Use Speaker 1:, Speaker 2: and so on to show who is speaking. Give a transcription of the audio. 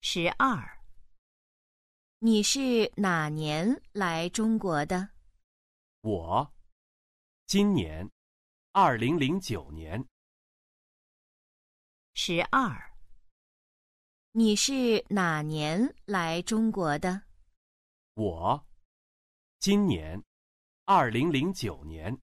Speaker 1: 十二，你是哪年来中国的？
Speaker 2: 我今年二零零九年，
Speaker 1: 十二，你是哪年来中国的？
Speaker 2: 我今年二零零九年。